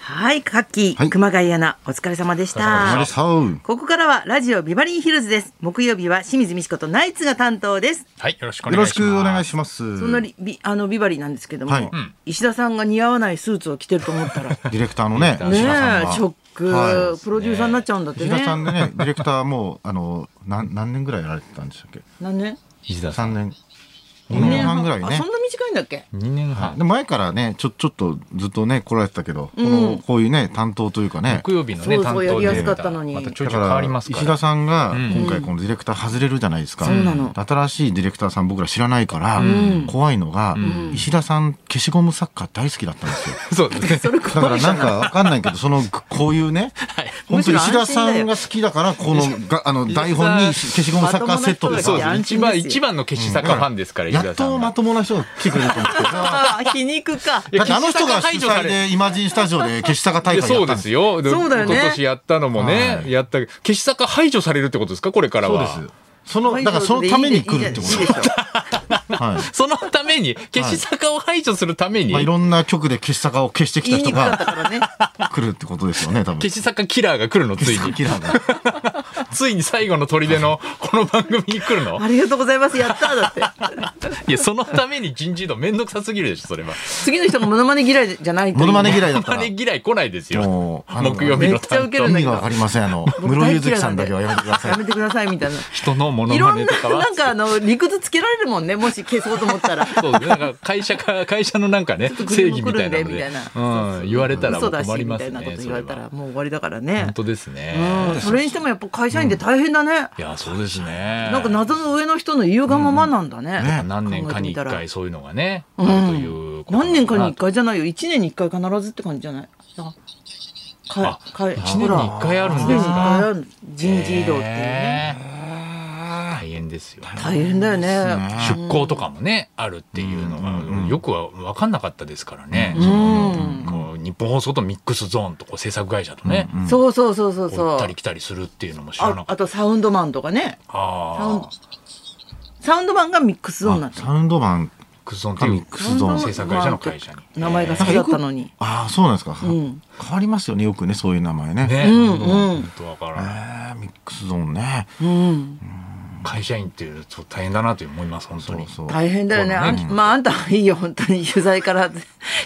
はい、カッキー、はい熊谷アナ、お疲れ様でしお疲れ様たで。したここからはラジオビバリーヒルズです。木曜日は清水美智子とナイツが担当です。はい、よろしくおよろ願いしします。くお願いします。そんなリビあのビバリーなんですけども、はいうん石田さんが似合わないスーツを着てると思ったら、ねディレクターのね、え、石田さんがショック、はプロデューサーになっちゃうんだっい、て石田ね。さんでね、ディレクターもうあの何何年ぐらいやられてたんでしたっけ？何年？石田さ三ん。年、二二年半ぐらいねあ、そ。んな短いんだっけ？ 2年はい半。で前からね、ちょちょっとずっとね来られてたけど、こうんのこういうね担当というかね。木曜日のね、そうそう担当でやりやすかったのにまたちょだいちょい変かわらりますから。石田さんがうん今回このディレクター外れるじゃないですか、そうなの新しいディレクターさん僕ら知らないからん怖いのが、ん石田さん消しゴム作家大好きだったんですよそうですね。それこだからなんかわかんないけどそのこういうねはい。本当に石田さんが好きだから、このがあの台本に消しゴムサッカーセットまでともさそうな人が来てです安心ですね。一番、よ一番の消し坂ファンですから、石や田さんっとが。まともな人が来てくれると思ってさ。あー、皮肉か。いだやってあの人が主消し坂排除さ催れでイマジンスタジオで消し坂大いや会やそっうたでんですすよ。よ。でそうだよね今年やったのもねは、いやった。消し坂排除されるってことですかこれからそうでは。す。その、だからそのために来るってこいいでしょと。はい。そのために、消し坂を排除するために、まあい消ろんな局で消し坂を消してきた言い人にくかったがからね。来るってことですよね、多分。し坂キラーが来るの、ついに。キラーがついに最後の砦の、この番組に来るのありがとうございます。やったーだって。いや、そのために人事異動めんどくさすぎるでしょ、それは。次の人がモノマネ嫌いじゃないといいね。モノマネ嫌いだったあられ。嫌い来ないですよ。もう、あの木曜日めのっちゃウ担ケる意んだけ味がどわかりません。あの、室井月さんだけはやめてくださいや。めてくださいみたい な。人のモノいろマんネなとかはな。んかあの理屈つけられるもんねもし消そうと思ったら そうですね。なんか会社か、会社のなんかね、と正義みたいなのグリム来るんでみでたいな。うん、言われたらも嘘うだし困りみまたすいなこね。とそ言われれたらはもう終わりだからね本当ですうんね。それにしてもやっぱ会社員って大変だね、いや、そうですね。なんか謎の上の人の言うがままなんだね,、ね何年かに一考えてみたら回そういうのがね、あうんるということな何のな年かに一。回じゃないよ1年に1回必ずって感じじゃないあかあか一年に一回あるん1年でにす一回あか。る人事異動っていうね、へー大変ですよ。大変だよねね出向とかもね、あるっていうのうんうんうがんよくは分かんなかったですからね、うんそのこう日本放送とミックスゾーンとこう制作会社とね、うんそうそうそうそうこう行そったうり来たりするっていうのも知らあなかあっとサウンドマンとかねた。サあウンドあ、サウンドマンがミックスゾーンになあってるサウンドマンミックスゾーンってかいミッうクスゾーン制作会社の会社に。名前が好きだったのに。ああそうなんですか、ん変わりますよねよくねそういう名前ねね、うんうん本当わからえない。ーミックスゾーンねうん、会社員っていうと大変だなと思います、本当そにう。そう大変だよね。あんうんまああんたはいいよ本当に取材から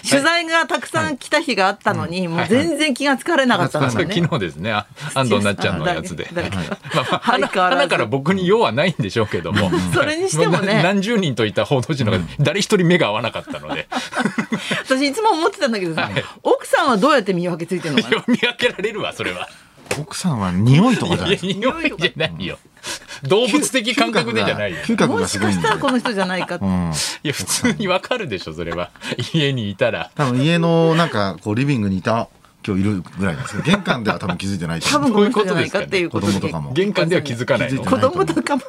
取材がたくさん来た日があったのに、もう全然気がつかれなかったんあだそうよね。昨日ですね、あ安藤なっちゃんのやつで。 誰誰 まあまあ相花変わらず花から僕に用はないんでしょうけども。それにしてもね な何十人といた報道陣の中で誰一人目が合わなかった ので、私いつも思ってたんだけどさ、はい奥さんはどうやって見分けついてるのかな。見分けられるわ、そ れは。奥さんは匂いとかいじゃなやいいや、匂いじゃないよ。動物的感覚でじ ゃないよ。嗅覚もがしすかごいしんでたらこの人じゃないかって。うんいや、普通にわかるでしょ、それは。家にいたら。多分家のなんかこうリビングにいた今日いるぐらいなんですけど玄関では多分気づいてないと多思う分この人じゃないかっていうことどういうことですかね子供とかも玄関では気づかないの気づいて子供とかも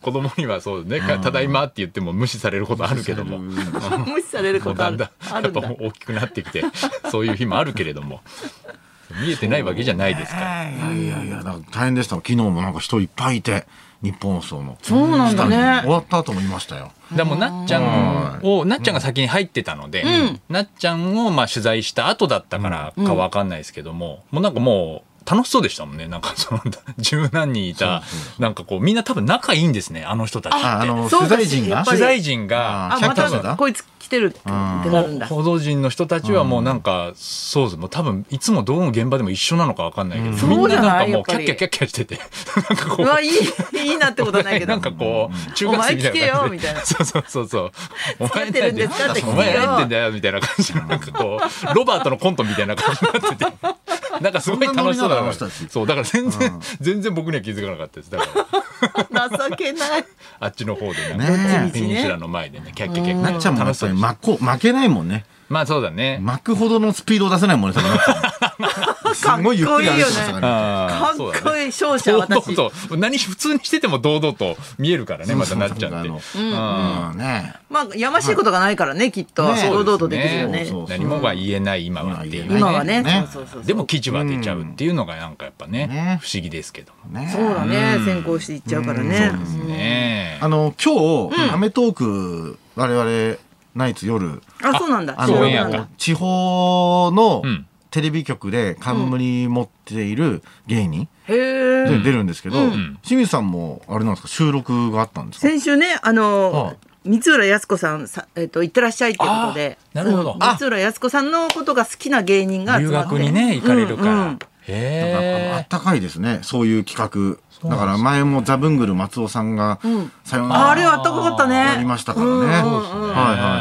子供にはそうね、かただいまって言っても無視されることあるけども。無視されるもこうとあだんるだん、あやるっんぱだ。大きくなってきて、そういう日もあるけれども。見えてないわけじゃないですから。いやいやいやだから大変でした昨日もなんか人いっぱいいて日本放送のそうなんだ終ね。わった後もいましたよでもうなっちゃんを、なっちゃんが先に入ってたので、なっちゃんをまあ取材した後だったからかわかんないですけども、もうなんかもう楽しそうでしたもんね。なんかその 十何人いた、なんかこうみんな多分仲いいんですね、あの人たちああって。のそうか取材陣やがっぱ取り材陣あが、あまキャッチャーただこいつ来てるってなるんだ。報道陣の人たちはもうなんか、そうですもう多分いつもどの現場でも一緒なのかわかんないけど、んみんななんそうじゃないかやもっうぱキりャッキャキャッキャしててなんかこううわいいいいなってことはないけどん。かこう、中学生みたいなお前聞けよ感じでみたいなそうそうそうそう。お疲れてるんですかって聞けよお前何やってんだよみたいな感じの、なんか こう、ロバートのコントみたいな感じになってて。なんかすごい楽しそうだそんなノリなのあのな。人たちそう、だから全然、全然僕には気づかなかったです。だから、情けない。あっちの方でねなんどっか、ちみペちねニンシュラの前でね、キャッキャキャッキャ。なっちゃんもや楽っしそぱうりでした負こ負けないもんねまあそうだね。巻くほどのスピードを出せないもんね、多分なっちゃんすごいゆっくり歩いてましたからね。 あかーっそうだねこいい勝者堂々私。と何普通にしてても堂々と見えるからねまたなっちゃってそうそううんうんねまあやましいことがないからねきっとね堂々とできるよねそう。そう何もは言えない今はっていうそう今はねねそうそうそうそう。でも記事は出ちゃうっていうのがなんかやっぱねね不思議ですけどねそうだね先行していっちゃうからね。ねえあの、今日、アメトーク、我々、ナイツ夜あそうなんだあそうそうオンエなアんだかの地方のうんテレビ局で冠持っている芸人へえで出るんですけど、うん清水さんもあれなんですか収録があったんですか先週ねあのああ三浦靖子さんさ、えっと行ってらっしゃいってことでああなるほどうんあ三浦靖子さんのことが好きな芸人が集留まって学にね行かれるから、うんうんなんかあのあへったかいですねそういう企う画なだんからです前もザ・ブングル松尾さんがうん「さよなああられはあったかかったねありましたからねうんうんうんえはい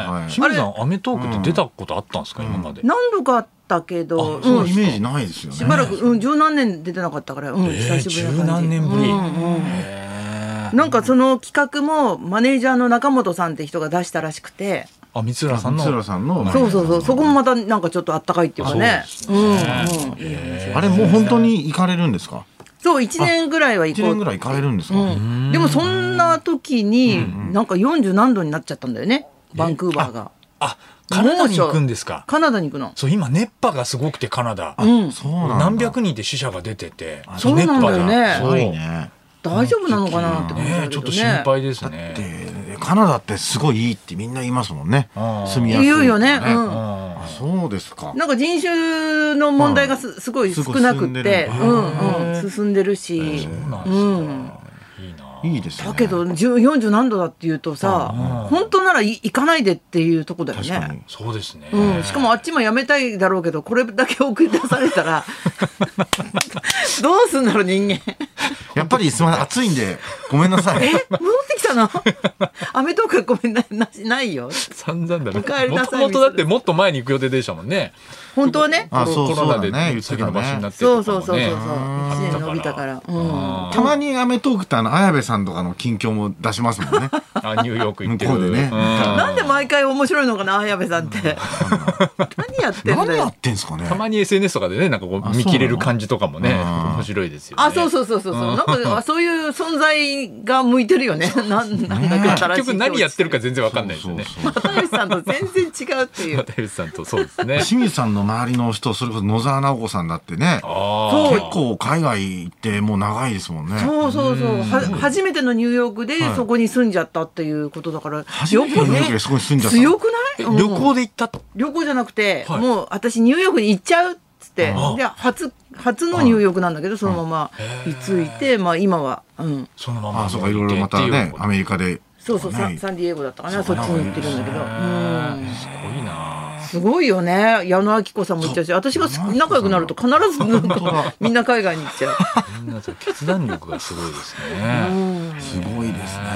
はいはい清水さんアメトークって出たことあったんですか、今まで何度かあったけど、あそうそんうイメージないですよねしばらく、うん、十何年出てなかったから、うん、久しぶりな感じ。十何年ぶりうんうんへーなんかその企画もマネージャーの中本さんって人が出したらしくて、あ三浦さんの松浦さんのそうそうそう、そこもまたなんかちょっとあったかいっていうかねあ、うんうん、いい話へーあれもう本当に行かれるんですかそう一年ぐらいは行1こう。年ぐらい行かれるんですか、うん、でもそんな時になんか四十何度になっちゃったんだよね、バンクーバーが。あカナダに行くんですかカナダに行くの。そう今熱波がすごくてカナダ、うん、そうなんだ何百人って死者が出ててそうなんだよね熱波がすそうごいね大丈夫なのかなって感じだけどねね。ちょっと心配ですでねカナダってすごいいいってみんな言いますもんねあー住みやすい言うよねとかうんあそうですかなんか人種の問題がすすごい少なくって、すうごいんうん、進んでるし、そうなんですか、うん。いいないいですねだけど10 40何度だっていうとさ、うん本当ならい行かないでっていうとこだよ確かねに。そうですね、うん、しかもあっちもやめたいだろうけどこれだけ送り出されたらどうすんだろう人間やっぱりすみません暑いんでごめんなさいえ戻ってきたのアメとかごめんななないよ散々だお帰ねりなもさといもとだってもっと前に行く予定でしたもんね本当はねあコロそうコロナそうだね言でってたね先延ばしになってそうとかそもうねそうそうそうあ1年伸びたから、うあん、たまに『アメトーク』ってあの綾部さんとかの近況も出しますも んねあニューヨーク行ってる向こうでねんなんで毎回面白いのかな綾部さんって 何やってん何だやよってんすかねたまに SNS とかでねなんかこあう見切れる感じとかもねそうなのうん面白いですよねあそうそうそうそうそうなんかあそういう存在が向いてるよねなんなんだか新しい結局何やってるか境全然わかんないですよねそうそうそう地さんと全然違うっていう又吉さんとそうです ね清水さんの周りの人それこそ野沢直子さんだってねあそーう結構海外行ってもう長いですもんねそうそうそうは初めてのニューヨークではいそこに住んじゃったっていうことだから初めてのニューヨークでそこに住んじゃった強くえない旅うん行で行ったと旅行じゃなくてはいもう私ニューヨークに行っちゃうっつってあで初初のニューヨークなんだけどそのまま居ついてまあ今はうんそのままああそうかいろいろまたねアメメリカでそうそうサねンサンディエゴだったかなそっちに行ってるんだけどうんすごいなすごいよね矢野明子さんも行っちゃうし私がそう仲良くなると必ずなん本当か だみんな海外に行っちゃう。みんなそう決断力がすごいですねすごいですね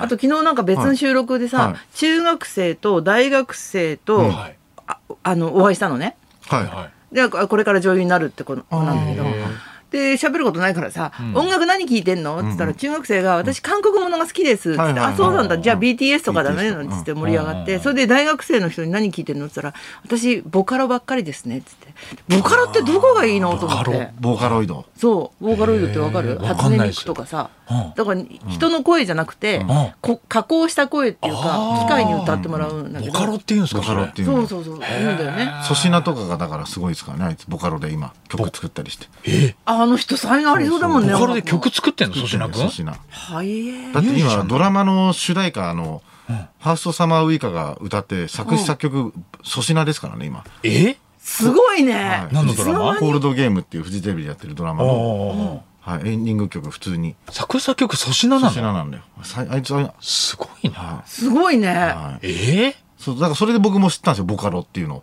あと昨日なんか別の収録でさ、はいはい中学生と大学生と、うんはいああのお会いしたのねははいでここれから女優になるって子の子なんだけどあで喋ることないからさ「ん音楽何聴いてんの?」っつったら中学生が「私韓国ものが好きです」っつって「はいはいはいあそうなんだじゃあうん BTS とかだね」 BTS なんつって盛り上がって、それで大学生の人に「何聴いてんの?」っつったら「私ボカロばっかりですね」っつって「ボカロってどこがいいの?」と思っボカてロ。いボーカロイドそう、ボーカロイドってわかるへ？ーわ初かん音なミいですクとかさうん、だから人の声じゃなくてん、こ加工した声っていうかあー機械に歌ってもらうんだけボど、カロっていうんですボかカそロれっていうそうのそうそう、言うんだよね。粗品とかがだからすごいですからねあいつボカロで今曲作ったりしてああの人才能ありそうだもんね。ボカロで音楽も曲作ってんの粗品くん粗品はいえ。だってミュージシャ今ンドラマの主題歌の「ファーストサマーウイカ」が歌って作詞作曲粗品ですからね今えすごいねは。い何のドいつラマの間にコールドゲームっていうフジテレビでやってるドラマの、あはい、エンディング曲普通にあ作詞作曲粗品粗な品のなんだよさあいつはすごいなすごいね。はいえそうだからそれで僕も知ったんですよボカロっていうのを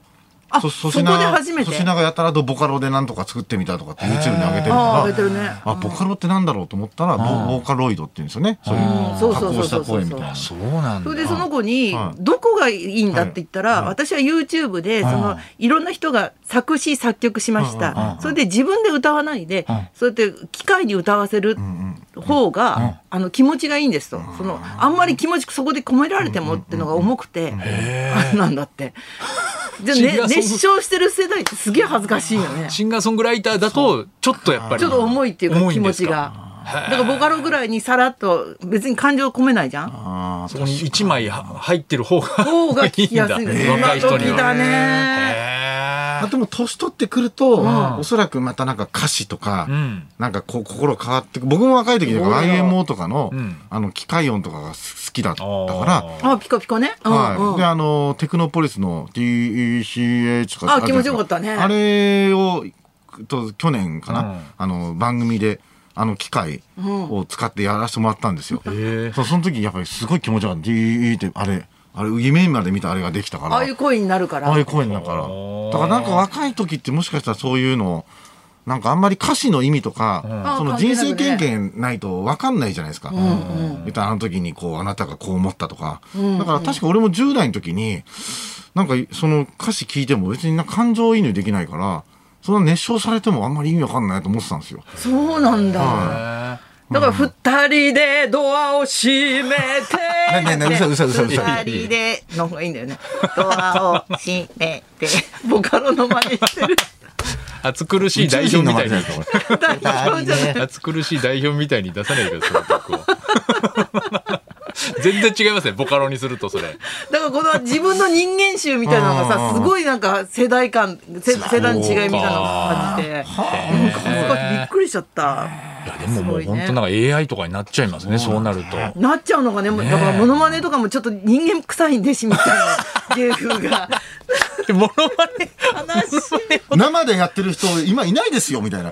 あそ粗そこで初めて粗品がやたらとボカロでなんとか作ってみたとかって YouTube に上げてるああか上げてるね。らあボカロってなんだろうと思ったらボボーカロイドっていうんですよねそういうんそうう加そうそう工しそたうそう声みたいなそうなんそだれでその子にはいどこがいいんだって言ったら、私は YouTube でそのいろんな人が作詞作曲しましうんうんたう。んそれで自分で歌わないでうん、そうやって機械に歌わせる方があの気持ちがいいんですと。そのあんまり気持ちそこで込められてもってのが重くて、あれなんだって。じゃあシンガねーソング熱唱してる世代ってすげえ恥ずかしいよね。シンガーソングライターだとちょっとやっぱりちょっと重いっていうか重気ん持ですちかが。だからボカロぐらいにさらっと別に感情込めないじゃ ん。あそこに一枚は入ってる方が 方が聞きやすいんだいいんよ。だ今若い人に時はだね。へあともう年取ってくると、んおそらくまたなんか歌詞とか、うんなんかこう心変わってく僕も若い時とか YMO とかの,、うんあの機械音とかが好きだったかあら。ーあピコピコね、うんはい、うんであのテクノポリスの TECH とかあるじ気ゃないです持ちよかったねあれをと去年かな、うんあの番組であの機械を使ってやらせてもらったんですよ、へえそうその時やっぱりすごい気持ちよかった TEE ってあれあれ夢まで見たあれができたからああいう声になるからああいう声だから。だーからなんか若い時ってもしかしたらそういうの、なんかあんまり歌詞の意味とか、んそあー関の係人なくね生経験ないと分かんないじゃないですか。言ったらあの時にこう、あなたがこう思ったとか。だから確か俺も10代の時に、なんかその歌詞聞いても別になんか感情移入できないから、そんな熱唱されてもあんまり意味わかんないと思ってたんですよ。そうなんだ、だから二人でドアを閉 めてねねねうるさいうるさいうるさいうるさ二人での方がいいんだよ ねドアを閉めてボカロの真似してる暑苦しい代表みたい宇宙人の前にじゃないですかこれ代表じゃない暑苦しい代表みたいに出さないでくださいその 曲を全然違いますねボカロにするとそれだからこの自分の人間臭みたいなのがうんうさんうんすごいなんか世代間世世代の違いみたいなのを感じてなんか恥ずかしいびっくりしちゃったいやでももうすごい本ね当なんか AI とかになっちゃいますねそうなるとなっちゃうのがねもうだからモノマネとかもちょっと人間臭いんでしみたいな芸風 がでモノマネ悲しい生でやってる人今いないですよみたいな。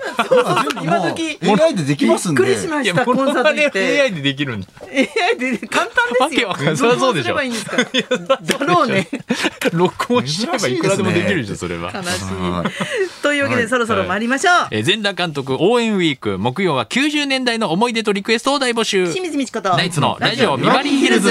今今時もう AI でできますんで。びっくりしまいやしたモコノンサーマトネ行っをて AI でできるんだ AI で簡単ですよわけわかんないそりゃそうでし録音すれょばいいんですからドローね録音しちゃえばいくらでもできるでしょそれは悲しはいいというわけでそろそろ参りましょう、えー全裸監督応援ウィーク木曜は90年代の思い出とリクエストを大募集清水美智子とナイツのラジオビバリーヒルズ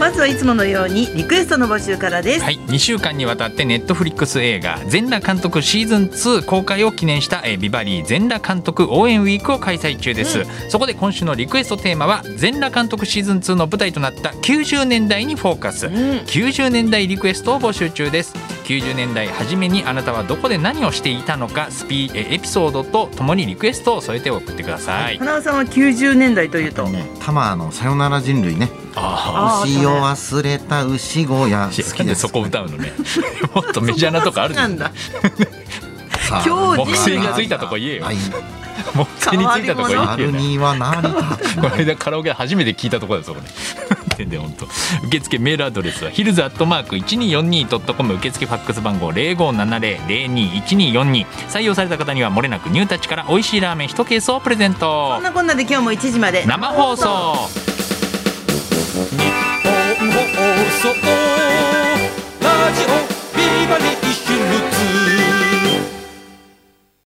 まずはいつものようにリクエストの募集からです、はい、2週間にわたってネットフリックス映画「全裸監督シーズン2」公開を記念したえービバリー全裸監督応援ウィークを開催中です、そこで今週のリクエストテーマは全裸監督シーズン2の舞台となった90年代にフォーカス、90年代リクエストを募集中です90年代初めにあなたはどこで何をしていたのかスピえーエピソードとともにリクエストを添えて送ってください、花尾さんは90年代というと、ね、タマーのさよなら人類ね。ああー牛を忘れた牛小屋好ー きなんで。ですそこ歌うのねもっとメジャーなと こあるじなゃんんださあ今日木星がついたとこ言えよはいもう手についたとこ言って猿よねにはなりたくこの間カラオケで初めて聞いたところだ そこね。で本当受付メールアドレスはヒルズアットマーク 1242.com 受付ファックス番号0570-021242採用された方にはもれなくニュータッチから美味しいラーメン1ケースをプレゼンこトんなこんなで今日も1時まで生放送ラジオビバリー